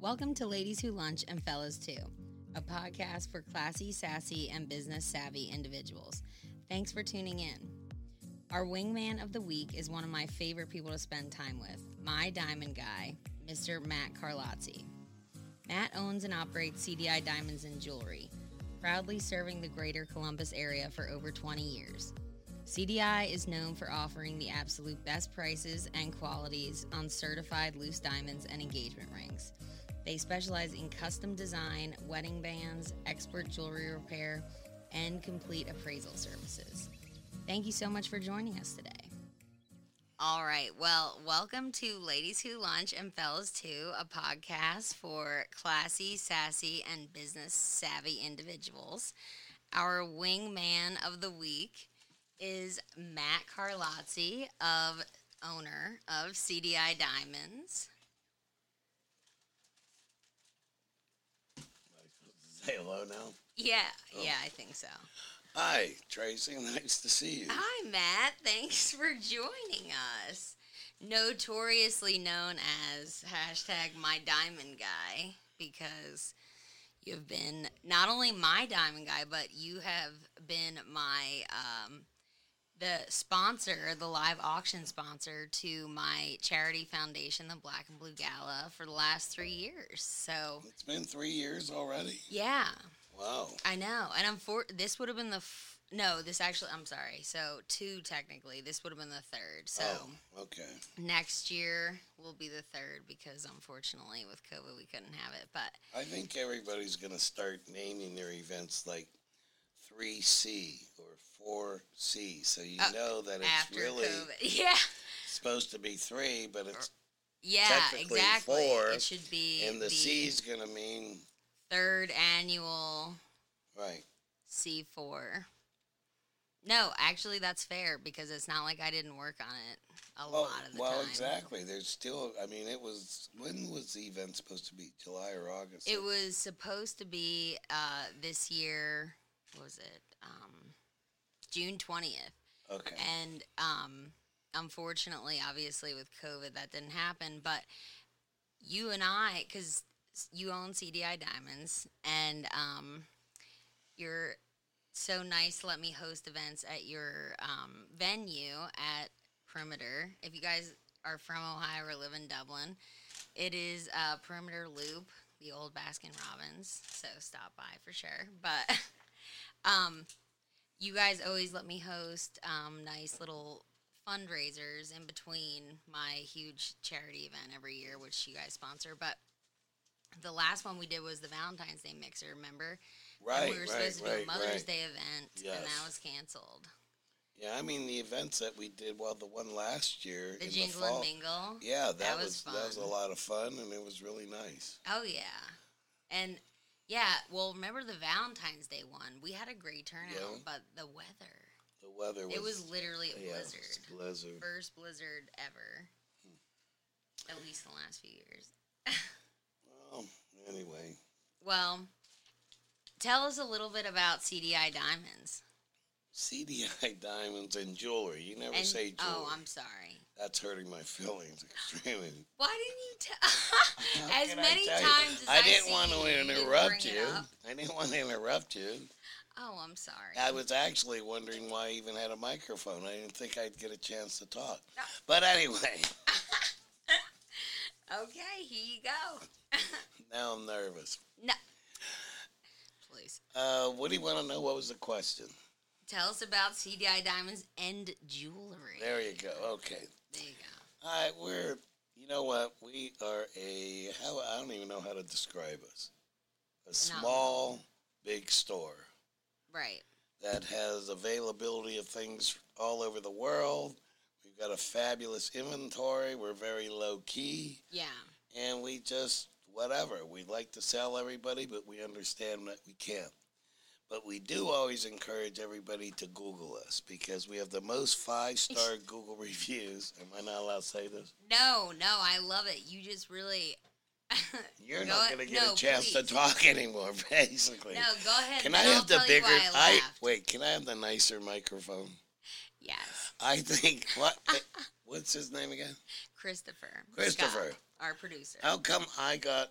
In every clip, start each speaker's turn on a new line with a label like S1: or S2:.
S1: Welcome to Ladies Who Lunch and Fellas Too, a podcast for classy, sassy, and business savvy individuals. Thanks for tuning in. Our wingman of the week is one of my favorite people to spend time with, my diamond guy, Mr. Matt Carlazzi. Matt owns and operates CDI Diamonds and Jewelry, proudly serving the greater Columbus area for over 20 years. CDI is known for offering the absolute best prices and qualities on certified loose diamonds and engagement rings. They specialize in custom design, wedding bands, expert jewelry repair, and complete appraisal services. Thank you so much for joining us today. All right. Well, welcome to Ladies Who Lunch and Fellas Too, a podcast for classy, sassy, and business savvy individuals. Our wingman of the week is Matt Carlazzi of owner of CDI Diamonds.
S2: Say hello now.
S1: Yeah, yeah, I think so.
S2: Hi, Tracy. Nice to see you.
S1: Hi, Matt. Thanks for joining us. Notoriously known as hashtag my diamond guy because you've been not only my diamond guy, but you have been my um, the sponsor, the live auction sponsor to my charity foundation, the Black and Blue Gala, for the last three years. So
S2: It's been three years already.
S1: yeah,
S2: Wow.
S1: I know, and I'm for this would have been the f- no. This actually, I'm sorry. So two technically. This would have been the third. So
S2: Oh, okay.
S1: next year will be the third because unfortunately with COVID we couldn't have it. But
S2: I think everybody's going to start naming their events like 3C or 4C. So you
S1: Oh,
S2: know that it's
S1: after
S2: really
S1: COVID, yeah,
S2: supposed to be three, but it's
S1: yeah,
S2: Technically
S1: exactly.
S2: four,
S1: it should be
S2: and the
S1: E
S2: C's going to mean
S1: third annual
S2: right.
S1: C four. No, actually that's fair because it's not like I didn't work on it a
S2: Well,
S1: lot of the
S2: Oh, well
S1: time.
S2: exactly. There's still. I mean, it was when was the event supposed to be? July or August?
S1: It was supposed to be uh, this year. What was it um, June twentieth?
S2: okay.
S1: And um, unfortunately, obviously with COVID, that didn't happen. But you and I, because you own CDI Diamonds, and um, you're so nice to let me host events at your um, venue at Perimeter. If you guys are from Ohio or live in Dublin, it is uh, Perimeter Loop, the old Baskin Robbins. So stop by for sure. But um, you guys always let me host um, nice little fundraisers in between my huge charity event every year, which you guys sponsor. But the last one we did was the Valentine's Day mixer, remember?
S2: right.
S1: and we were
S2: right.
S1: supposed to do
S2: right.
S1: a Mother's
S2: right.
S1: Day event, and
S2: Yes.
S1: that was canceled.
S2: Yeah, I mean the events that we did. Well, the one last year
S1: The
S2: in the
S1: Jingle
S2: fall.
S1: and Mingle.
S2: Yeah, that,
S1: That was
S2: was, that was a
S1: fun.
S2: lot of fun, and it was really nice.
S1: Oh yeah, and yeah. Well, remember the Valentine's Day one? We had a great turnout,
S2: Yeah.
S1: but the weather.
S2: The weather was
S1: it was literally a
S2: yeah, it was
S1: blizzard.
S2: a blizzard.
S1: First blizzard ever. At least in the last few years.
S2: Well, anyway,
S1: Well, tell us a little bit about CDI Diamonds.
S2: CDI diamonds and jewelry. You never
S1: And-
S2: say jewelry.
S1: oh, I'm sorry.
S2: That's hurting my feelings extremely.
S1: Why didn't you tell?
S2: How
S1: as
S2: can I
S1: many
S2: tell you?
S1: times as I,
S2: I didn't
S1: see
S2: want
S1: you,
S2: to
S1: you bring
S2: interrupt
S1: it
S2: you.
S1: up.
S2: I didn't want to interrupt you.
S1: Oh, I'm sorry.
S2: I was actually wondering why I even had a microphone. I didn't think I'd get a chance to talk.
S1: No.
S2: But anyway,
S1: okay, here you go.
S2: now I'm nervous.
S1: No. Please.
S2: Uh, what do you want to know? What was the question?
S1: Tell us about CDI Diamonds and jewelry.
S2: There you go. Okay.
S1: There you go.
S2: All right, we're you know what we are a how I don't even know how to describe us a small big store
S1: Right.
S2: that has availability of things all over the world. We've got a fabulous inventory. We're very low key,
S1: Yeah.
S2: and we just whatever we'd like to sell everybody, but we understand that we can't. But we do always encourage everybody to Google us because we have the most five star Google reviews. Am I not allowed to say this?
S1: No, no, I love it. You just really
S2: You're
S1: Go
S2: not
S1: ahead-
S2: going to get
S1: no,
S2: a chance to
S1: please.
S2: talk anymore, basically.
S1: No, go ahead.
S2: Can
S1: then
S2: I
S1: I'll
S2: have the
S1: tell you
S2: bigger?
S1: why I,
S2: I,
S1: laughed.
S2: wait. Can I have the nicer microphone?
S1: Yes,
S2: I think what? what's his name again?
S1: Christopher.
S2: Christopher. Oh,
S1: Scott, our producer.
S2: How come I got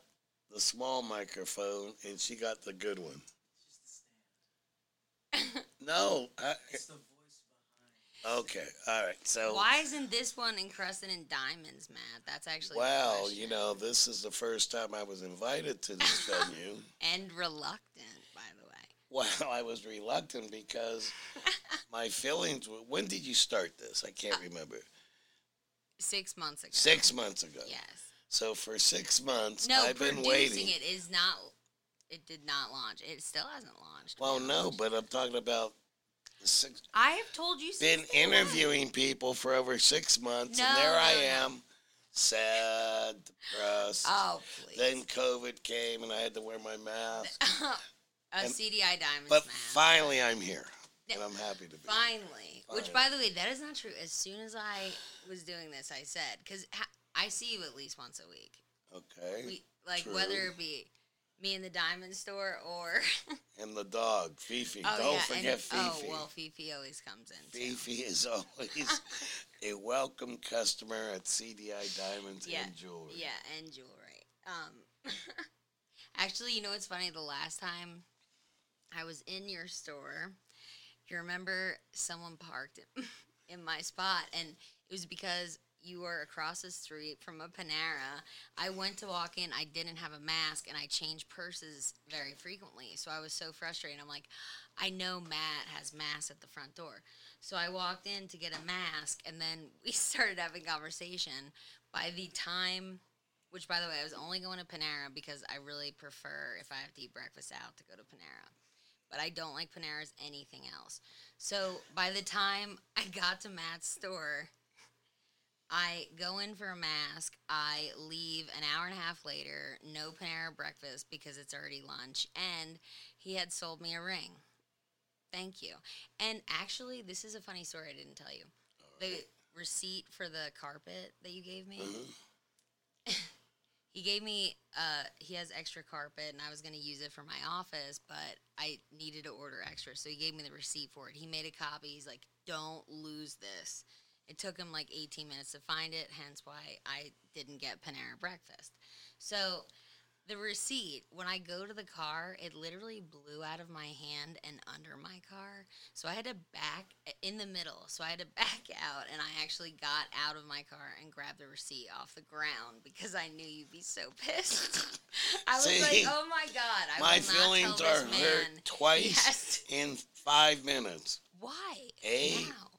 S2: the small microphone, and she got the good one. No. I,
S3: It's the voice
S2: okay. All right. So.
S1: Why isn't this one encrusted in diamonds, Matt? That's actually a
S2: Well,
S1: question.
S2: you know, this is the first time I was invited to this venue.
S1: and reluctant, by the way.
S2: Well, I was reluctant because my feelings were. When did you start this? I can't remember.
S1: Six months ago.
S2: Six months ago.
S1: Yes.
S2: So for six months,
S1: No,
S2: I've
S1: producing
S2: been waiting.
S1: it is not. It did not launch. It still hasn't launched.
S2: Well,
S1: It
S2: no,
S1: launched.
S2: but I'm talking about six,
S1: I have told you.
S2: been
S1: since the launch.
S2: interviewing people for over six months, and
S1: No,
S2: there I
S1: no, no.
S2: am, sad, depressed.
S1: Oh, please.
S2: Then COVID came, and I had to wear my mask.
S1: a
S2: and-
S1: CDI diamonds
S2: But
S1: Matt.
S2: finally, I'm here,
S1: No.
S2: and I'm happy to be. here.
S1: Finally, which by the way, that is not true. As soon as I was doing this, I said because ha- I see you at least once a week.
S2: Okay.
S1: We like
S2: True.
S1: whether it be me in the diamond store or
S2: and the dog, Fifi.
S1: oh
S2: Don't
S1: yeah,
S2: forget
S1: and oh
S2: Fifi.
S1: well, Fifi always comes in. too.
S2: Fifi is always a welcome customer at CDI Diamonds
S1: Yeah,
S2: and Jewelry.
S1: Yeah, and jewelry. Um, actually, you know what's funny? The last time I was in your store, you remember someone parked in my spot, and it was because you were across the street from a Panera. I went to walk in, I didn't have a mask, and I change purses very frequently. So I was so frustrated. I'm like, I know Matt has masks at the front door. So I walked in to get a mask, and then we started having conversation. By the time, which by the way, I was only going to Panera because I really prefer if I have to eat breakfast out to go to Panera. But I don't like Panera's anything else. So by the time I got to Matt's store, I go in for a mask. I leave an hour and a half later, no Panera breakfast because it's already lunch. And he had sold me a ring. Thank you. And actually, this is a funny story I didn't tell you. The receipt for the carpet that you gave me,
S2: Mhm.
S1: he gave me, uh, he has extra carpet and I was going to use it for my office, but I needed to order extra. So he gave me the receipt for it. He made a copy. He's like, don't lose this. It took him like 18 minutes to find it, hence why I didn't get Panera breakfast. So the receipt, when I go to the car, it literally blew out of my hand and under my car. So I had to back in the middle. So I had to back out and I actually got out of my car and grabbed the receipt off the ground because I knew you'd be so pissed. I was
S2: See,
S1: like, oh my God. I
S2: My
S1: will not
S2: feelings
S1: tell
S2: are
S1: this man.
S2: hurt twice
S1: Yes.
S2: in five minutes.
S1: Why?
S2: Hey.
S1: Now.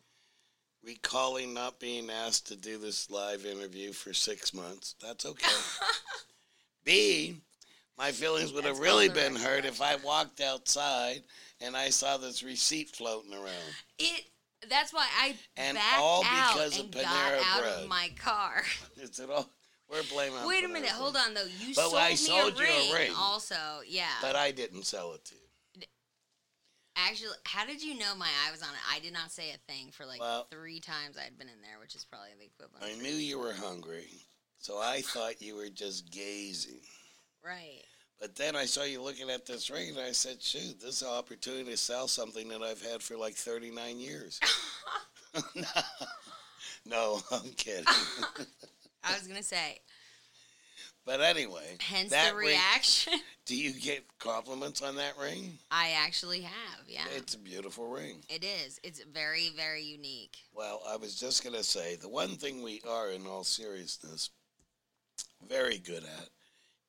S2: Recalling not being asked to do this live interview for six months. That's okay. B, my feelings would have
S1: That's
S2: really
S1: all the
S2: been
S1: right
S2: hurt if I walked outside and I saw this receipt floating around.
S1: It. That's why I
S2: And
S1: backed
S2: all
S1: out
S2: because of
S1: and
S2: Panera
S1: got out
S2: Bread.
S1: of my car.
S2: Is it all? We're blaming.
S1: Wait a minute, hold on though. You
S2: But
S1: sold
S2: I
S1: me
S2: sold
S1: a,
S2: you a
S1: ring
S2: ring.
S1: Also, yeah.
S2: But I didn't sell it to you.
S1: Actually, how did you know my eye was on it? I did not say a thing for like
S2: Well-
S1: three times I had been in there, which is probably the equivalent.
S2: I
S1: of
S2: knew you were hungry, so I thought you were just gazing.
S1: Right.
S2: But then I saw you looking at this ring, and I said, "Shoot, this is an opportunity to sell something that I've had for like 39 years." no, no, I'm kidding.
S1: I was gonna say.
S2: But anyway,
S1: Hence
S2: that
S1: the
S2: ring-
S1: reaction.
S2: Do you get compliments on that ring?
S1: I actually have. Yeah.
S2: It's a beautiful ring.
S1: it is. It's very, very unique.
S2: Well, I was just going to say the one thing we are, in all seriousness, very good at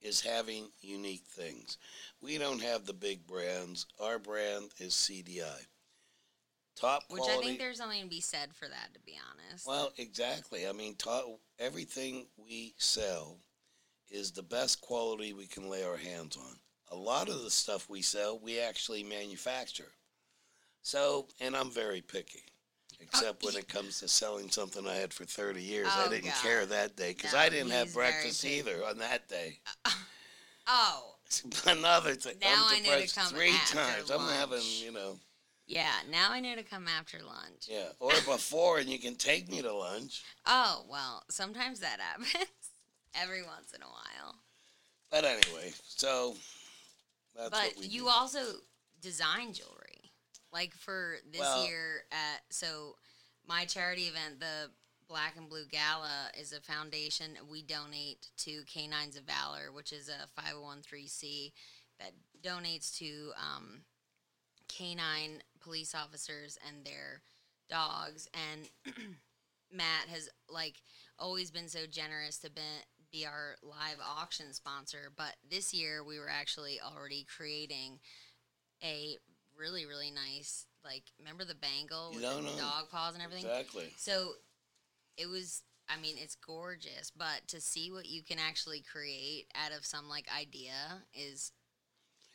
S2: is having unique things. We don't have the big brands. Our brand is CDI. Top
S1: Which
S2: quality.
S1: I think there's something to be said for that, to be honest.
S2: well, exactly. I mean, top, everything we sell is the best quality we can lay our hands on. A lot of the stuff we sell, we actually manufacture. So, and I'm very picky,
S1: Oh,
S2: except when
S1: y-
S2: it comes to selling something I had for 30 years. I
S1: Oh,
S2: didn't
S1: God.
S2: care that day because
S1: No,
S2: I didn't have
S1: he's very
S2: breakfast
S1: picky.
S2: either on that day.
S1: oh,
S2: Another thing,
S1: Now I
S2: I'm
S1: know to
S2: depressed
S1: come
S2: three
S1: after
S2: times. I'm having,
S1: lunch.
S2: you know,
S1: yeah. Now I know to come after lunch.
S2: yeah, or before, and you can take me to lunch.
S1: Oh, well, sometimes that happens. Every once in a while.
S2: But anyway, so that's what we
S1: but you
S2: do.
S1: also design jewelry. Like for this
S2: Well-
S1: year at so my charity event, the Black and Blue Gala is a foundation we donate to Canines of Valor, which is a 501c that donates to um, canine police officers and their dogs. And Matt has like always been so generous to be, be our live auction sponsor, but this year we were actually already creating a really really nice like remember the bangle
S2: You
S1: with
S2: don't
S1: the
S2: know.
S1: dog paws and everything.
S2: Exactly.
S1: So it was I mean, it's gorgeous, but to see what you can actually create out of some like idea is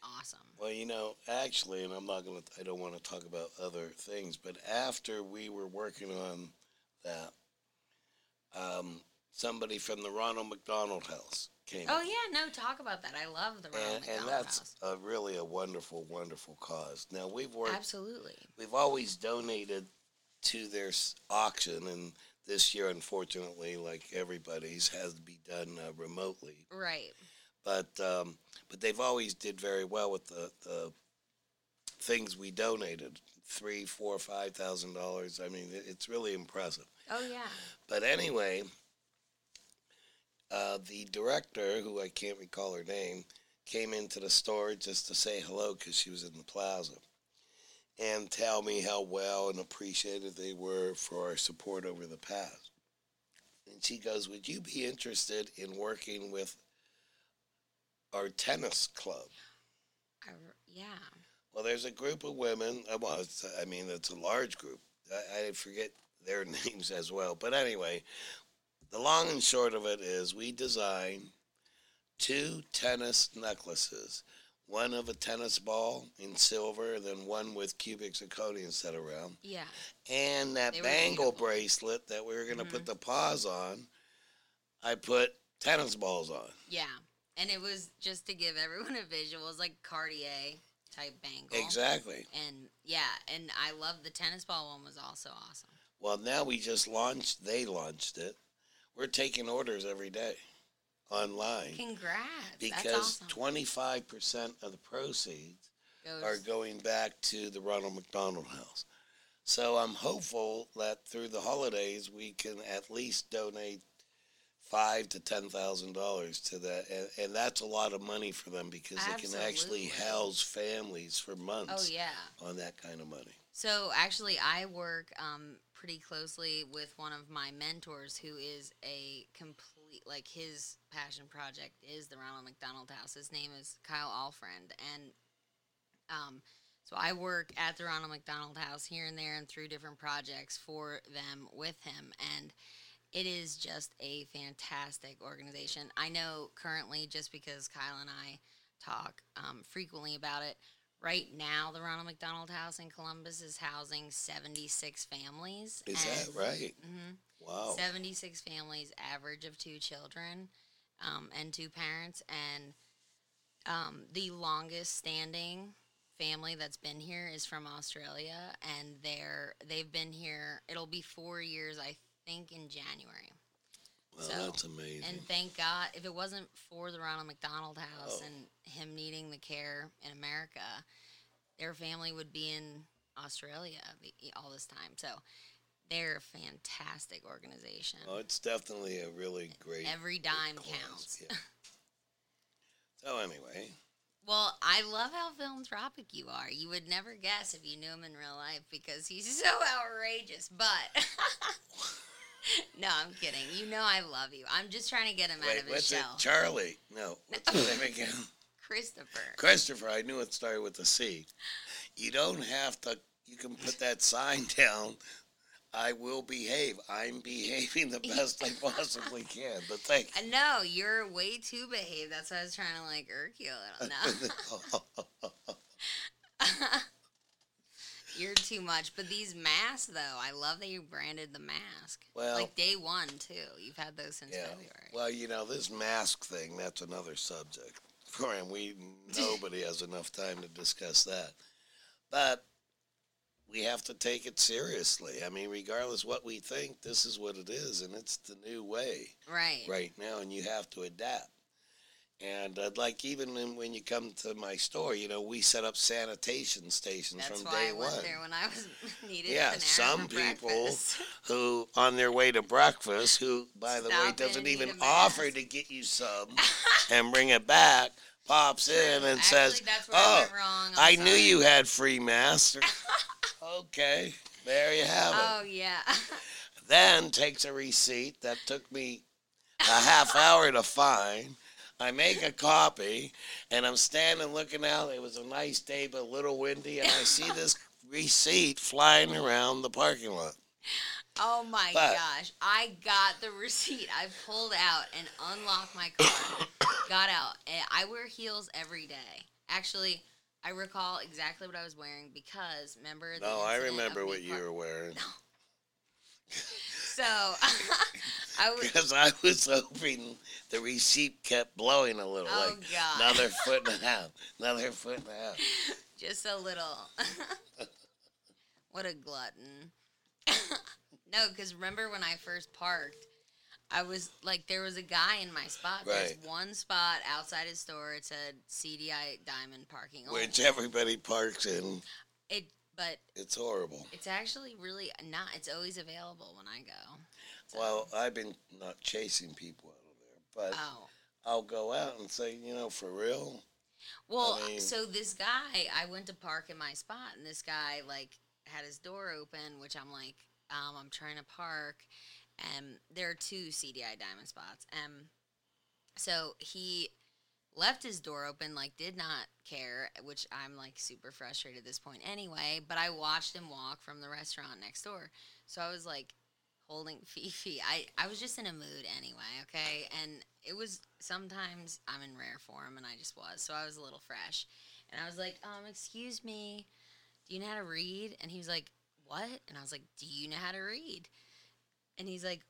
S1: awesome.
S2: Well, you know, actually, and I'm not gonna, I don't want to talk about other things, but after we were working on that, um, somebody from the Ronald McDonald House came.
S1: Oh yeah, no, talk about that. I love the Ronald
S2: and, and
S1: McDonald
S2: that's
S1: House.
S2: a really a wonderful, wonderful cause. Now we've worked,
S1: Absolutely.
S2: we've always donated to their s- auction, and this year, unfortunately, like everybody's, has to be done uh, remotely.
S1: Right.
S2: but um, but they've always did very well with the, the things we donated three four five thousand dollars i mean it- it's really impressive
S1: Oh yeah.
S2: but anyway uh, the director who i can't recall her name came into the store just to say hello because she was in the plaza and tell me how well and appreciated they were for our support over the past and she goes would you be interested in working with our tennis club
S1: I r yeah.
S2: well, there's a group of women. uh, Well, it's, I mean, it's a large group. I, I forget their names as well. But anyway, the long and short of it is we design two tennis necklaces one of a tennis ball in silver, and then one with cubic zirconia set around.
S1: Yeah.
S2: And that
S1: They were
S2: bangle
S1: beautiful.
S2: bracelet that we were going to
S1: Mhm.
S2: put the paws on, I put tennis balls on.
S1: Yeah. And it was just to give everyone a visual, it was like Cartier type bangle.
S2: Exactly.
S1: And yeah, and I love the tennis ball one was also awesome.
S2: Well, now we just launched. They launched it. We're taking orders every day online
S1: Congrats. That's
S2: because
S1: awesome.
S2: twenty five percent of the proceeds
S1: Goes-
S2: are going back to the Ronald McDonald House. So I'm hopeful that through the holidays we can at least donate five to ten thousand dollars to that, and, and that's a lot of money for them because they can actually
S1: Absolutely.
S2: house families for
S1: oh
S2: months
S1: yeah.
S2: on that kind of money.
S1: So actually, I work um, pretty closely with one of my mentors who is a complete like his passion project is the Ronald McDonald House. His name is Kyle Alfriend, and um, so I work at the Ronald McDonald House here and there and through different projects for them with him and. It is just a fantastic organization. I know currently, just because Kyle and I talk um, frequently about it, Right now, the Ronald McDonald House in Columbus is housing 76 families.
S2: Is that right?
S1: hmm
S2: Wow.
S1: 76 families, average of two children um, and two parents. And um, the longest standing family that's been here is from Australia. And they're, they've been here, it'll be four years, I think, in January.
S2: Well,
S1: so-
S2: that's amazing.
S1: And thank God, if it wasn't for the Ronald McDonald House
S2: Oh.
S1: and him needing the care in America, their family would be in Australia the- all this time. So they're a fantastic organization.
S2: Oh, it's definitely a really great.
S1: Every
S2: great
S1: dime
S2: cause,
S1: counts.
S2: yeah. so anyway,
S1: Well, I love how philanthropic you are. You would never guess if you knew him in real life because he's so outrageous. But no, I'm kidding. You know I love you. I'm just trying to get him out
S2: wait,
S1: of his
S2: what's it?
S1: shell.
S2: Charlie? No, what's his name again?
S1: Christopher.
S2: Christopher. I knew it started with a C. You don't have to. You can put that sign down. I will behave. I'm behaving the best I possibly can. But thank.
S1: Uh, No, you're way too behaved. That's why I was trying to like irk you a little. No, you're too much. But these masks, though, I love that you branded the mask.
S2: Well-
S1: like day one too. You've had those since
S2: yeah.
S1: February.
S2: Well, you know this mask thing—that's another subject. And we nobody has enough time to discuss that. But we have to take it seriously. I mean, regardless what we think, this is what it is, and it's the new way
S1: right.
S2: right now, and you have to adapt. And I'd like even when, when you come to my store, you know, we set up sanitation stations
S1: That's
S2: from
S1: why
S2: day
S1: I went
S2: one.
S1: there when I was needed.
S2: Yeah,
S1: an hour
S2: some
S1: for
S2: people-
S1: breakfast.
S2: Who on their way to breakfast, who by the way
S1: Stop
S2: doesn't
S1: and eat
S2: even
S1: a
S2: offer
S1: mask.
S2: to get you some and bring it back, pops in and
S1: Actually,
S2: says,
S1: that's where I
S2: "Oh,
S1: went wrong. I'm
S2: I knew
S1: sorry."
S2: you had free masks." okay, there you have it.
S1: Oh yeah.
S2: then takes a receipt that took me a half hour to find. I make a copy, and I'm standing looking out. It was a nice day, but a little windy, and I see this receipt flying around the parking lot.
S1: Oh my
S2: But-
S1: gosh. I got the receipt. I pulled out and unlocked my car. got out. And I wear heels every day. Actually, I recall exactly what I was wearing because remember the
S2: No,
S1: incident
S2: I
S1: of
S2: remember
S1: me
S2: what you
S1: par-
S2: were wearing
S1: So I was
S2: because I was hoping the receipt kept blowing a little,
S1: Oh
S2: like
S1: god.
S2: another foot and a half, another foot and a half.
S1: Just a little. what a glutton. no, because remember when I first parked, I was like, there was a guy in my spot. There's
S2: Right.
S1: one spot outside his store. It said CDI Diamond Parking. only.
S2: Which everybody parks in.
S1: It, but
S2: It's horrible.
S1: it's actually really not. It's always available when I go. So-
S2: Well, I've been not chasing people out of there, but
S1: Oh.
S2: I'll go out and say, you know, for real.
S1: Well,
S2: mean-
S1: so this guy, I went to park in my spot, and this guy like had his door open, which I'm like, um, I'm trying to park, and there are two CDI diamond spots, and so he left his door open, like did not care, which I'm like super frustrated at this point anyway. But I watched him walk from the restaurant next door, so I was like holding Fifi. I I was just in a mood anyway, okay, and it was sometimes I'm in rare form, and I just was, so I was a little fresh, and I was like, um, excuse me, do you know how to read? And he was like, what? And I was like, do you know how to read? And he's like,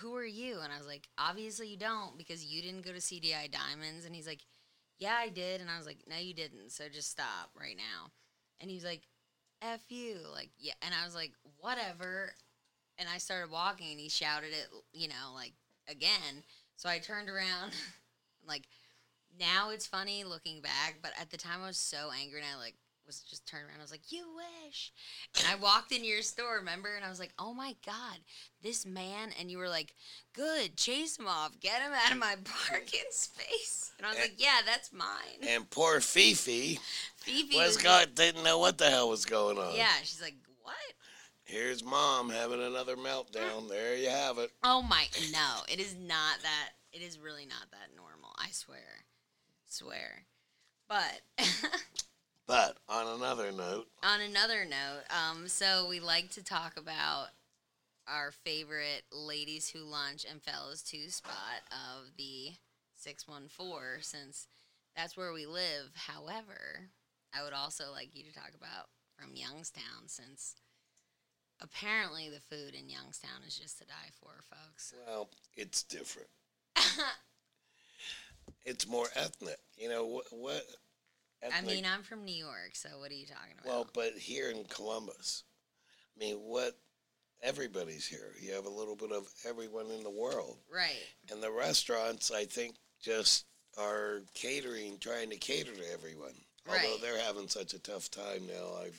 S1: who are you? And I was like, obviously you don't because you didn't go to CDI Diamonds. And he's like, yeah, I did. And I was like, no, you didn't. So just stop right now. And he's like, F you. Like, yeah. And I was like, whatever. And I started walking and he shouted it, you know, like again. So I turned around, like, now it's funny looking back, but at the time I was so angry and I like was just turned around. I was like, "You wish," and I walked into your store, remember? And I was like, "Oh my god, this man!" And you were like, "Good, chase him off, get him out of my parking space." And I was like, "Yeah, that's mine."
S2: And poor Fifi
S1: Phoebe was
S2: was got didn't know what the hell was going on.
S1: yeah, she's like, "What?"
S2: Here's mom having another meltdown. There you have it.
S1: Oh my, no, it is not that. It is really not that normal. I swear, swear. But
S2: But on another note,
S1: on another note, um, so we like to talk about our favorite ladies who lunch and fellas too spot of the 614 since that's where we live. However, I would also like you to talk about from Youngstown since apparently the food in Youngstown is just to die for, folks.
S2: well, it's different. It's more ethnic. You know what? What?
S1: I
S2: Ethnic,
S1: mean, I'm from New York, so what are you talking about?
S2: well, but here in Columbus, I mean, what? Everybody's here. You have a little bit of everyone in the world.
S1: right.
S2: and the restaurants I think just are catering, trying to cater to everyone. Although
S1: Right.
S2: they're having such a tough time now, I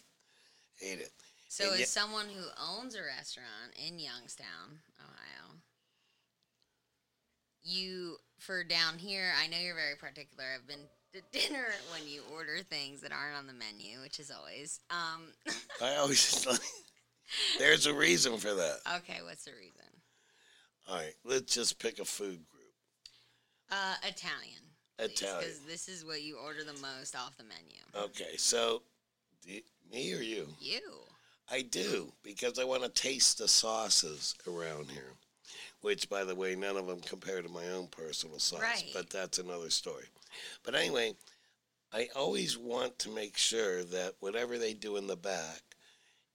S2: hate it.
S1: So,
S2: And
S1: as
S2: ye-
S1: someone who owns a restaurant in Youngstown, Ohio, you for down here, I know you're very particular. I've been to dinner when you order things that aren't on the menu, which is always. Um,
S2: I always just like. There's a reason for that.
S1: okay, what's the reason?
S2: All right, let's just pick a food group.
S1: Uh, Italian.
S2: Italian. Uh,
S1: Because this is what you order the most off the menu.
S2: Okay, so d me or you?
S1: You.
S2: I do because I want to taste the sauces around here, which, by the way, none of them compare to my own personal sauce.
S1: Right.
S2: But that's another story. But anyway, I always want to make sure that whatever they do in the back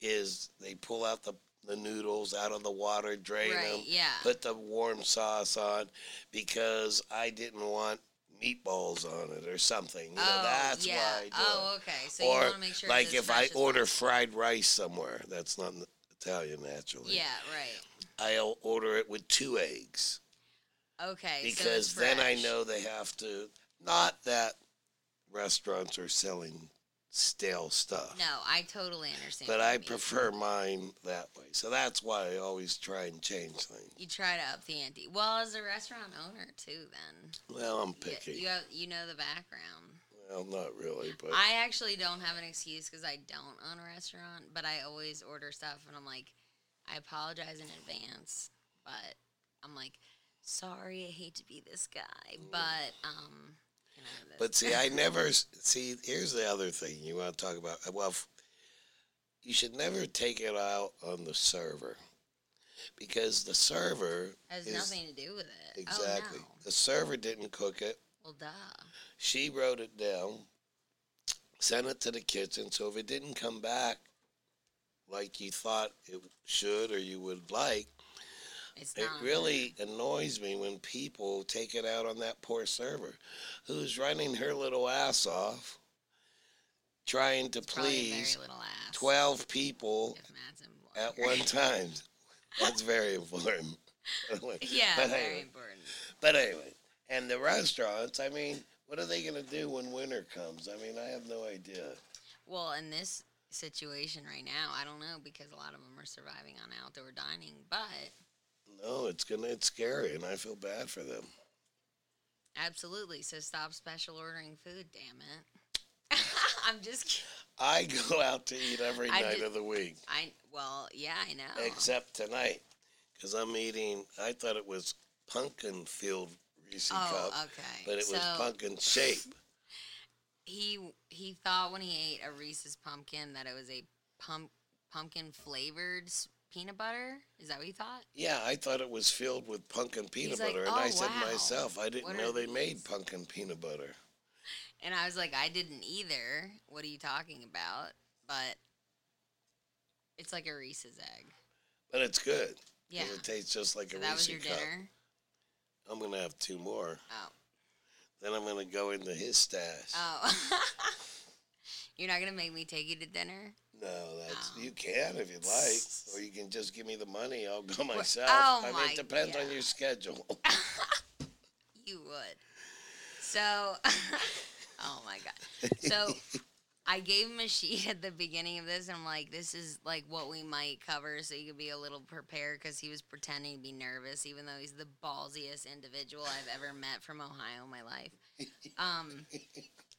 S2: is they pull out the the noodles out of the water, drain
S1: right,
S2: them,
S1: yeah.
S2: put the warm sauce on, because I didn't want meatballs on it or something. You know,
S1: oh,
S2: that's
S1: yeah.
S2: why I do it
S1: Oh, okay. So you
S2: or
S1: want to make sure it's
S2: like
S1: as
S2: if
S1: fresh
S2: I
S1: as
S2: order
S1: possible.
S2: fried rice somewhere, that's not n- Italian naturally.
S1: Yeah, right.
S2: I'll order it with two eggs
S1: Okay. so it's
S2: because then I
S1: fresh.
S2: know they have to. Not that restaurants are selling stale stuff.
S1: No, I totally understand.
S2: But
S1: what you
S2: I
S1: mean.
S2: prefer mine that way. So that's why I always try and change things.
S1: You try to up the ante. Well, as a restaurant owner too, then
S2: Well, I'm
S1: You-
S2: picky.
S1: You, have, you know the background.
S2: Well, not really, but
S1: I actually don't have an excuse because I don't own a restaurant, but I always order stuff, and I'm like, I apologize in advance, but I'm like, sorry, I hate to be this guy, but um, you know, this.
S2: Mm. but see, I never s- see. Here's the other thing you want to talk about. Well, f- you should never take it out on the server because the server
S1: has
S2: is-
S1: nothing to do with it.
S2: exactly
S1: Oh, no.
S2: the server didn't cook it.
S1: Well, duh.
S2: She wrote it down, sent it to the kitchen. So if it didn't come back like you thought it should or you would like,
S1: It's
S2: it
S1: not on
S2: really annoys me when people take it out on that poor server who's running her little ass off trying to
S1: her. Probably
S2: please
S1: very little ass.
S2: 12 people
S1: If Matt's
S2: at
S1: involved.
S2: one time. That's very important.
S1: yeah,
S2: but
S1: very
S2: anyway,
S1: important.
S2: but anyway, and the restaurants, I mean, what are they going to do when winter comes? I mean, I have no idea.
S1: Well, in this situation right now, I don't know because a lot of them are surviving on outdoor dining, but
S2: No, it's gonna it's scary and I feel bad for them.
S1: absolutely. So stop special ordering food, damn it. I'm just kidding.
S2: I go out to eat every
S1: I
S2: night
S1: did-
S2: of the week.
S1: I well, yeah, I know.
S2: except tonight because I'm eating. I thought it was pumpkin filled Reese
S1: Oh,
S2: cup,
S1: okay.
S2: but it
S1: so
S2: was pumpkin shape.
S1: he he thought when he ate a Reese's pumpkin that it was a pump pumpkin flavored s- peanut butter. Is that what he thought?
S2: Yeah, I thought it was filled with pumpkin peanut
S1: He's like,
S2: butter, and
S1: "Oh,
S2: I said
S1: wow.
S2: myself, I
S1: What
S2: didn't
S1: are
S2: know they made
S1: these?"
S2: pumpkin peanut butter.
S1: And I was like, I didn't either. What are you talking about? But it's like a Reese's egg.
S2: But it's good. 'cause
S1: Yeah.
S2: It tastes just like
S1: So
S2: a
S1: that
S2: Reese
S1: was your
S2: cup.
S1: dinner.
S2: I'm gonna have two more.
S1: Oh,
S2: Then I'm gonna go into his stash.
S1: oh. You're not gonna make me take you to dinner.
S2: No, that's
S1: Oh.
S2: you can if you like, or you can just give me the money. I'll go myself.
S1: oh
S2: I mean,
S1: my
S2: it depends on
S1: God.
S2: your schedule.
S1: You would. So, oh my god. So, I gave him a sheet at the beginning of this. And I'm like, this is like what we might cover, so you could be a little prepared because he was pretending to be nervous, even though he's the ballsiest individual I've ever met from Ohio in my life. Um,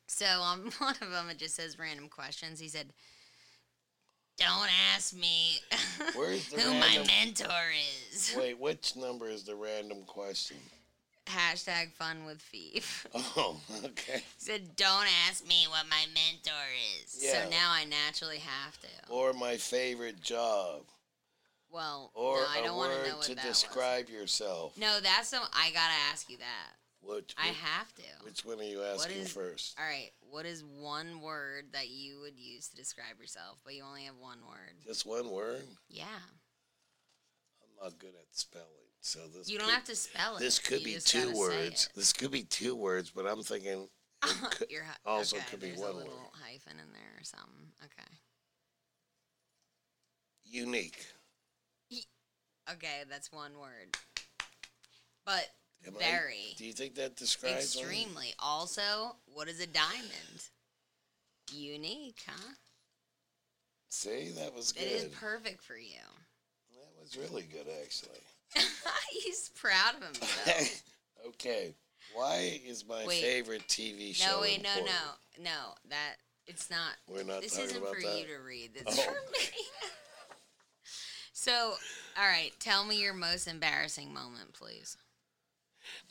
S1: so on one of them, it just says random questions. He said, "Don't ask me."
S2: Where's the
S1: who my
S2: random?
S1: mentor is.
S2: Wait, which number is the random question?
S1: Hashtag fun with Thief.
S2: Oh, okay.
S1: said, don't ask me what my mentor is.
S2: Yeah.
S1: So now I naturally have to.
S2: Or my favorite job.
S1: well,
S2: Or
S1: no, I
S2: a
S1: don't want to
S2: word
S1: know what
S2: to
S1: that
S2: describe yourself.
S1: was. No, that's the I gotta ask you that.
S2: Which,
S1: I
S2: which,
S1: have to.
S2: which one are you asking
S1: is-
S2: first?
S1: All right, what is one word that you would use to describe yourself, but you only have one word?
S2: Just one word?
S1: Yeah,
S2: I'm not good at spelling. So this
S1: you don't
S2: could,
S1: have to spell it.
S2: This could
S1: You
S2: be
S1: just gotta
S2: two
S1: say
S2: words.
S1: it.
S2: This could be two words, but I'm thinking could-
S1: Your hy-
S2: also
S1: okay,
S2: could be
S1: there's
S2: one
S1: a
S2: word.
S1: little hyphen in there or something. Okay.
S2: unique.
S1: Okay, that's one word. But
S2: Am I-
S1: very.
S2: Do you think that describes me?
S1: Extremely. Also, what is a diamond? Unique, huh?
S2: See, that was good.
S1: It is perfect for you.
S2: that was really good, actually.
S1: He's proud of himself.
S2: okay. Why is my
S1: Wait.
S2: favorite TV show?
S1: no, wait, no,
S2: important?
S1: no. No, that it's not.
S2: We're not
S1: this
S2: talking
S1: isn't
S2: about
S1: for
S2: that.
S1: you to read. This
S2: Oh.
S1: for me. so, all right, tell me your most embarrassing moment, please.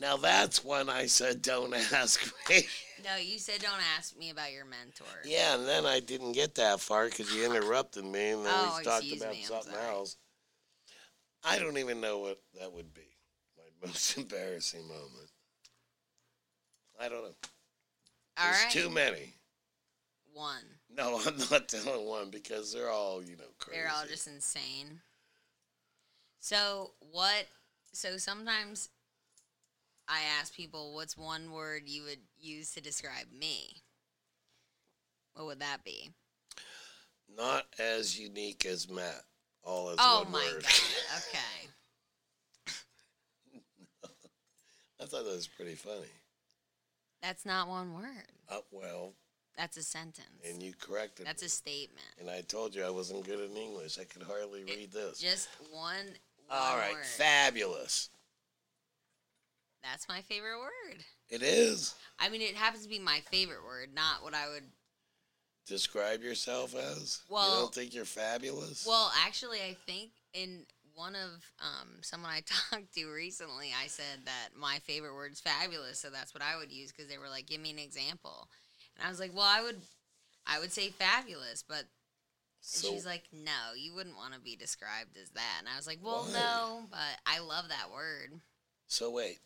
S2: Now that's when I said, "Don't ask me."
S1: No, you said don't ask me about your mentor.
S2: yeah, and then I didn't get that far because you interrupted me, and then
S1: Oh,
S2: we talked
S1: excuse
S2: about
S1: me, I'm
S2: something
S1: sorry.
S2: else. I don't even know what that would be. My most embarrassing moment. I don't know.
S1: all
S2: There's
S1: right.
S2: too many.
S1: One.
S2: No, I'm not telling one because they're all you know crazy.
S1: They're all just insane. So what? So sometimes I ask people, "What's one word you would use to describe me?" What would that be?
S2: not as unique as Matt. All as
S1: oh
S2: one
S1: my
S2: word.
S1: god! Okay,
S2: I thought that was pretty funny.
S1: That's not one word.
S2: Uh, well,
S1: That's a sentence.
S2: and you corrected
S1: That's
S2: me.
S1: a statement.
S2: and I told you I wasn't good in English. I could hardly read this.
S1: Just one.
S2: All
S1: one
S2: right,
S1: word.
S2: fabulous.
S1: That's my favorite word.
S2: It is.
S1: I mean, it happens to be my favorite word, not what I would.
S2: Describe yourself as. you
S1: Well-
S2: don't think you're fabulous?
S1: Well, actually, I think in one of um, someone I talked to recently, I said that my favorite word's fabulous, so that's what I would use because they were like, "Give me an example," and I was like, "Well, I would, I would say fabulous," but
S2: so,
S1: and she's like, "No, you wouldn't want to be described as that," and I was like, "Well,
S2: Why?
S1: no, but I love that word."
S2: so wait.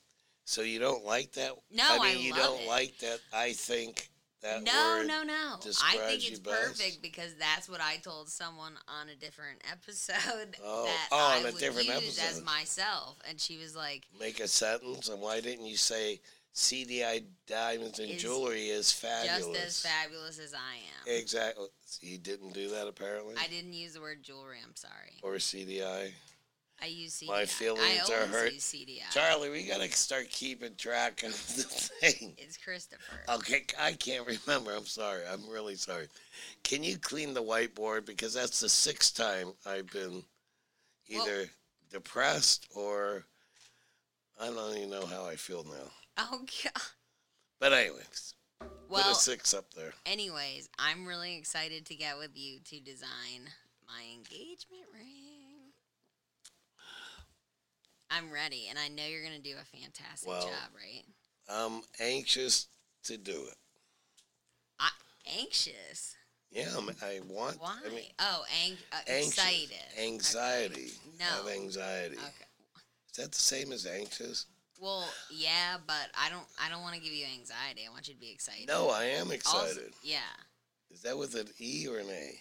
S2: So you don't like that?
S1: No,
S2: I mean
S1: I
S2: you
S1: love
S2: don't
S1: it.
S2: like that. I think that
S1: no,
S2: word.
S1: no, no. I
S2: describes
S1: think
S2: you
S1: it's
S2: best.
S1: perfect because that's what I told someone on a different episode
S2: Oh,
S1: that
S2: oh,
S1: I
S2: on a
S1: would
S2: different
S1: use as
S2: episode.
S1: myself, and she was like,
S2: Make a sentence, and why didn't you say CDI diamonds and
S1: Is
S2: jewelry is fabulous?
S1: "Just as fabulous as I am."
S2: Exactly. You didn't do that apparently.
S1: I didn't Uh, use the word jewelry. I'm sorry.
S2: or CDI.
S1: I use CDI.
S2: My feelings
S1: I
S2: are
S1: always
S2: hurt.
S1: Use CDI.
S2: Charlie, we gotta start keeping track of the thing.
S1: it's Christopher.
S2: Okay, I can't remember. I'm sorry. I'm really sorry. Can you clean the whiteboard because that's the sixth time I've been
S1: Well-
S2: either depressed or I don't even know how I feel now.
S1: Oh God.
S2: But anyways, put a
S1: Well,
S2: six up there.
S1: anyways, I'm really excited to get with you to design my engagement ring. I'm ready, and I know you're gonna do a fantastic
S2: Well,
S1: job, right?
S2: I'm anxious to do it.
S1: I, anxious.
S2: Yeah, I'm, I want.
S1: Why?
S2: I mean,
S1: oh, ang- uh,
S2: anxious.
S1: excited.
S2: Anxiety.
S1: No.
S2: I have anxiety.
S1: Okay. okay.
S2: Is that the same as anxious?
S1: Well, yeah, but I don't. I don't want to give you anxiety. I want you to be excited.
S2: No, I am
S1: Also-
S2: excited.
S1: yeah.
S2: Is that with an E or an A?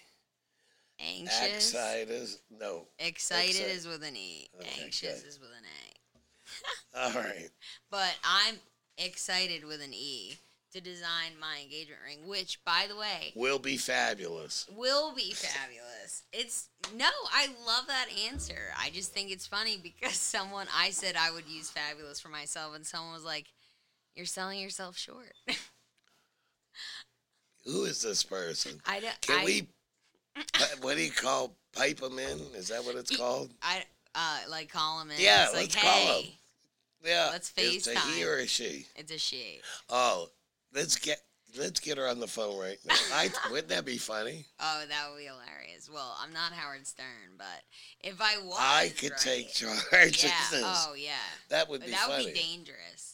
S1: Anxious.
S2: Excited. No.
S1: Excited
S2: Excite-
S1: is with an E.
S2: Okay,
S1: anxious
S2: good.
S1: is with an A.
S2: All right.
S1: But I'm excited with an E to design my engagement ring, which, by the way,
S2: Will be fabulous.
S1: will be fabulous. It's no, I love that answer. I just think it's funny because someone I said I would use fabulous for myself, and someone was like, "You're selling yourself short."
S2: Who is this person?
S1: I don't.
S2: Can
S1: I,
S2: we? pi- what do you call pipe them in? Is that what it's
S1: Ye-
S2: called?
S1: I uh, like call him in.
S2: Yeah,
S1: it's like,
S2: let's call
S1: hey,
S2: him. Yeah.
S1: let's
S2: It's a he
S1: FaceTime.
S2: or a she.
S1: It's a she.
S2: Oh, let's get let's get her on the phone right now. I, wouldn't that be funny?
S1: Oh, that would be hilarious. Well, I'm not Howard Stern, but if I was,
S2: I could
S1: right,
S2: take charge
S1: Yeah.
S2: of this.
S1: Oh, yeah.
S2: that would
S1: But
S2: be
S1: that
S2: funny.
S1: would be dangerous.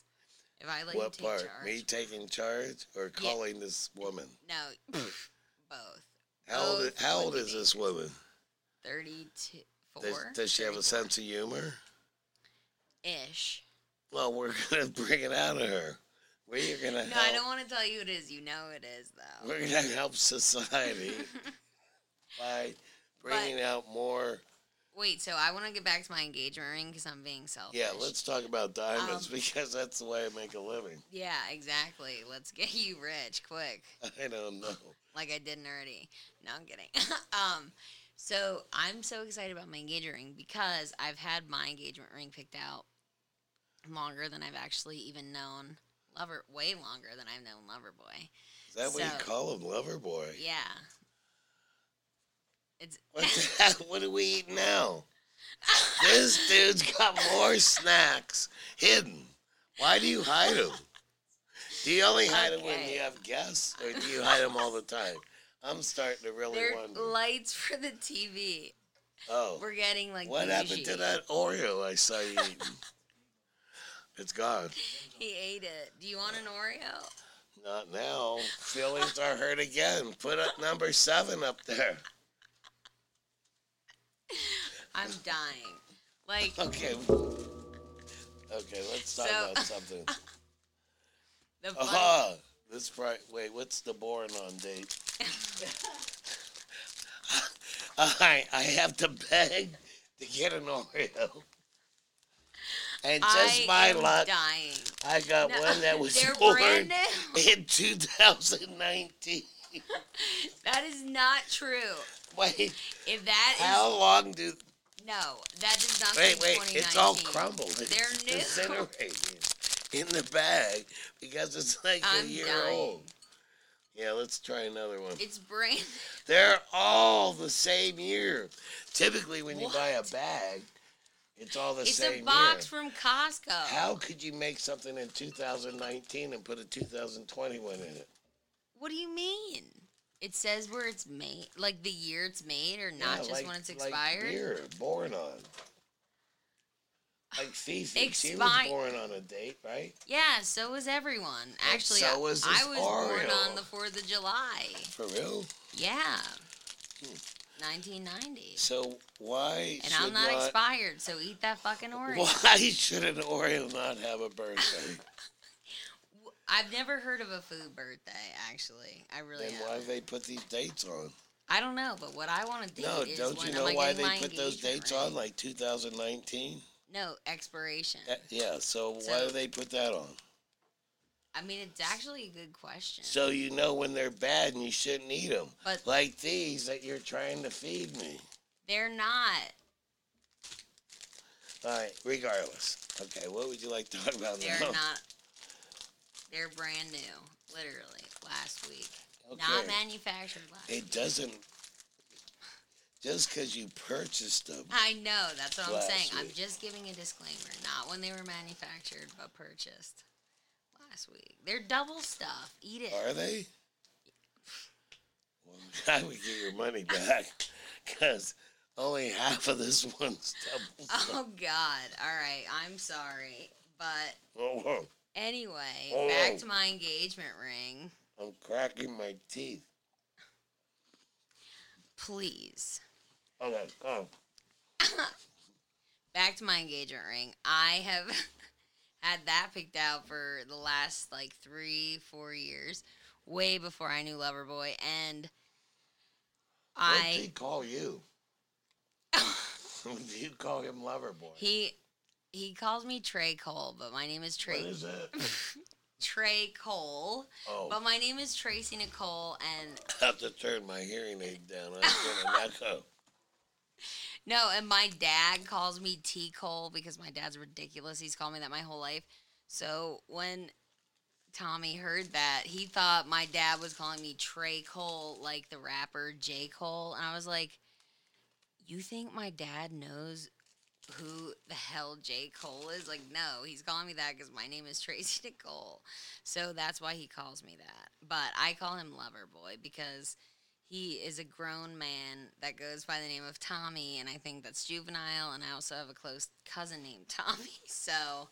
S1: If I let
S2: what
S1: you take
S2: part?
S1: charge.
S2: Me taking charge or calling this woman?
S1: No, pff, both.
S2: How old?
S1: Both
S2: How
S1: would
S2: old
S1: be
S2: is this woman?
S1: Thirty-two.
S2: Does,
S1: Four,
S2: does she have a sense of humor?
S1: 34 ish?
S2: Well, we're gonna bring it out of her. We're gonna
S1: No,
S2: help.
S1: I don't want to tell you it is. You know it is though.
S2: We're gonna help society by bringing out more.
S1: Wait, so I want to get back to my engagement ring because I'm being selfish.
S2: Yeah, let's talk about diamonds
S1: Um,
S2: because that's the way I make a living.
S1: Yeah, exactly. Let's get you rich quick,
S2: I don't know.
S1: like I didn't already. No, I'm kidding. um, so I'm so excited about my engagement ring because I've had my engagement ring picked out longer than I've actually even known lover. Way longer than I've known Loverboy.
S2: Is that what you
S1: So-
S2: call him, lover boy?
S1: Yeah. It's
S2: What the hell? What do we eat now? this dude's got more snacks hidden. Why do you hide them? Do you only hide them when
S1: Okay.
S2: you have guests, or do you hide them all the time? I'm starting to really
S1: they're
S2: wonder.
S1: lights for the TV.
S2: oh,
S1: We're getting like
S2: what happened to
S1: bougie.
S2: that Oreo I saw you eating? it's gone.
S1: He ate it. Do you want an Oreo?
S2: Not now. Feelings are hurt again. Put up number seven up there.
S1: I'm dying. Like
S2: Okay. Okay, let's talk
S1: So-
S2: about something.
S1: the funny-
S2: Aha! Uh-huh. This pri wait, what's the born on date? I I have to beg to get an Oreo. And just
S1: I
S2: by
S1: am
S2: luck,
S1: dying.
S2: I got
S1: No,
S2: one that was
S1: They're
S2: born
S1: brand new.
S2: in 2019.
S1: That is not true.
S2: Wait,
S1: If that is
S2: how long do?
S1: no, that does not.
S2: Wait,
S1: say
S2: wait, it's all
S1: 2019.
S2: crumbled. It's
S1: They're new.
S2: disintegrating. in the bag because it's like
S1: I'm
S2: a year
S1: dying.
S2: old. Yeah, let's try another one.
S1: It's brand.
S2: They're all the same year. Typically, when you buy a
S1: What?
S2: bag, it's all the
S1: It's
S2: same
S1: a box
S2: year.
S1: from Costco.
S2: How could you make something in 2019 and put a 2021 in it?
S1: What do you mean? It says where it's made, like the year it's made, or not
S2: Yeah,
S1: just
S2: like-
S1: when it's
S2: like
S1: expired.
S2: beer, born on. Like Fifi, she was
S1: Expi-
S2: born on a date, right?
S1: yeah, so was everyone. Actually,
S2: so was
S1: I
S2: this
S1: was born
S2: Oreo.
S1: on the Fourth of July.
S2: For real.
S1: Yeah,
S2: Hmm.
S1: 1990,
S2: So why
S1: and
S2: should
S1: I'm not,
S2: not
S1: expired. So eat that fucking orange.
S2: why should an Oreo not have a birthday?
S1: I've never heard of a food birthday. Actually, I really.
S2: and why
S1: haven't.
S2: do they put these dates on?
S1: I don't know, but what I want to do
S2: No,
S1: is
S2: don't
S1: when
S2: you
S1: am I
S2: know why
S1: getting
S2: they
S1: my
S2: put those
S1: engagement
S2: dates
S1: ring?
S2: on? Like 2019?
S1: No expiration.
S2: Uh, Yeah, so why
S1: So-
S2: do they put that on?
S1: I mean, it's actually a good question.
S2: So you know when they're bad and you shouldn't eat them.
S1: But-
S2: like these that you're trying to feed me.
S1: They're not.
S2: All right, regardless. Okay, what would you like to talk about
S1: They're
S2: now?
S1: not. They're brand new, literally last week.
S2: okay.
S1: Not manufactured last. week.
S2: it doesn't. Just because you purchased them,
S1: I know. That's what I'm
S2: Last
S1: saying. I'm
S2: week.
S1: just giving a disclaimer. Not when they were manufactured, but purchased last week. They're double stuff. Eat it.
S2: are they? Well, I would get your money back because only half of this one's double.
S1: Oh God. All right. I'm sorry, but
S2: Oh, whoa.
S1: anyway,
S2: Oh.
S1: back to my engagement ring,
S2: I'm cracking my teeth.
S1: please.
S2: Okay, oh.
S1: back to my engagement ring. I have had that picked out for the last like three, four years, way before I knew Loverboy, and
S2: What did he
S1: I
S2: call you? you call him lover boy.
S1: he he calls me Trey Cole, but my name is
S2: What
S1: Trey
S2: is it?
S1: Trey Cole,
S2: Oh,
S1: but my name is Tracy Nicole, and
S2: I have to turn my hearing aid down. I'm gonna knock out.
S1: No, and my dad calls me T Cole because my dad's ridiculous. He's called me that my whole life. So when Tommy heard that, he thought my dad was calling me Trey Cole, like the rapper J Cole, and I was like, "You think my dad knows who the hell J Cole is? Like, no, he's calling me that because my name is Tracy Nicole, so that's why he calls me that. But I call him Lover Boy because he is a grown man that goes by the name of Tommy, and I think that's juvenile. And I also have a close cousin named Tommy, so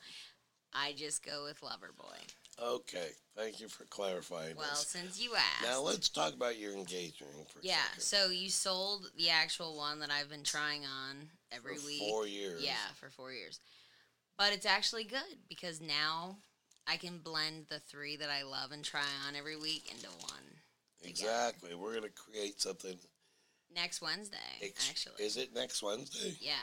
S1: I just go with Lover Boy.
S2: Okay, thank you for clarifying
S1: Well,
S2: this.
S1: since you asked,
S2: Now let's talk about your engagement ring for a
S1: yeah.
S2: second.
S1: So you sold the actual one that I've been trying on every
S2: for
S1: week.
S2: four years.
S1: Yeah, for four years. But it's actually good because now I can blend the three that I love and try on every week into one.
S2: exactly. We're gonna create something.
S1: Next Wednesday,
S2: Ex-
S1: actually.
S2: is it next Wednesday?
S1: yeah.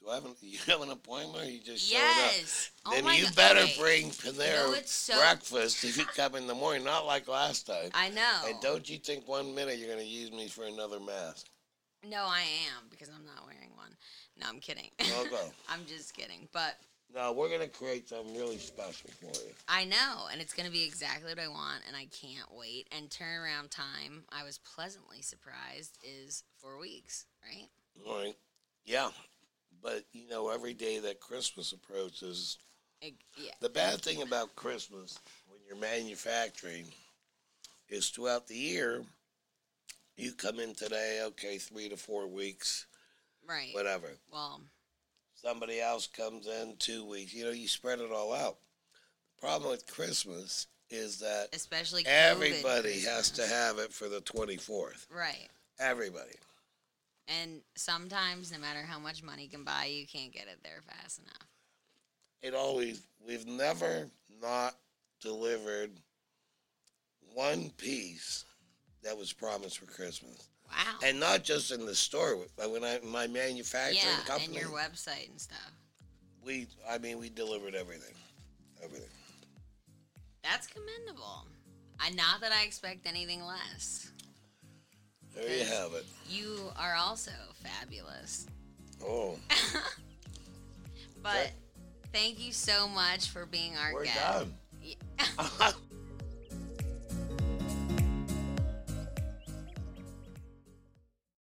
S2: Do I have an, you have an appointment? Or you just showed up.
S1: Yes. Oh
S2: then
S1: my
S2: you
S1: go-
S2: better
S1: okay.
S2: bring Panera
S1: You know, it's so-
S2: breakfast if you come in the morning, not like last time.
S1: I know.
S2: And don't you think one minute you're gonna use me for another mask?
S1: No, I am because I'm not wearing one. No, I'm kidding.
S2: Well, go.
S1: I'm just kidding. But
S2: No, we're gonna create something really special for you.
S1: I know, and it's going to be exactly what I want, and I can't wait. And turnaround time, I was pleasantly surprised, is four weeks, right?
S2: All right. Yeah. But you know, every day that Christmas approaches,
S1: It- yeah.
S2: the bad thing about Christmas when you're manufacturing is throughout the year, you come in today, okay, three to four weeks,
S1: Right.
S2: whatever.
S1: Well,
S2: Somebody else comes in two weeks. You know, you spread it all out. Problem with Christmas is that
S1: especially COVID
S2: everybody
S1: Christmas.
S2: has to have it for the 24th.
S1: Right.
S2: Everybody.
S1: And sometimes, no matter how much money can buy, you can't get it there fast enough.
S2: it always we've never not delivered one piece that was promised for Christmas,
S1: Wow.
S2: and not just in the store. But when I my manufacturing
S1: yeah, and
S2: company,
S1: your website and stuff.
S2: we I mean we delivered everything, everything.
S1: That's commendable. I not that I expect anything less.
S2: There you
S1: Yes.
S2: have it.
S1: You are also fabulous.
S2: Oh,
S1: But Thank you so much for being our
S2: We're
S1: guest.
S2: done.
S1: Yeah.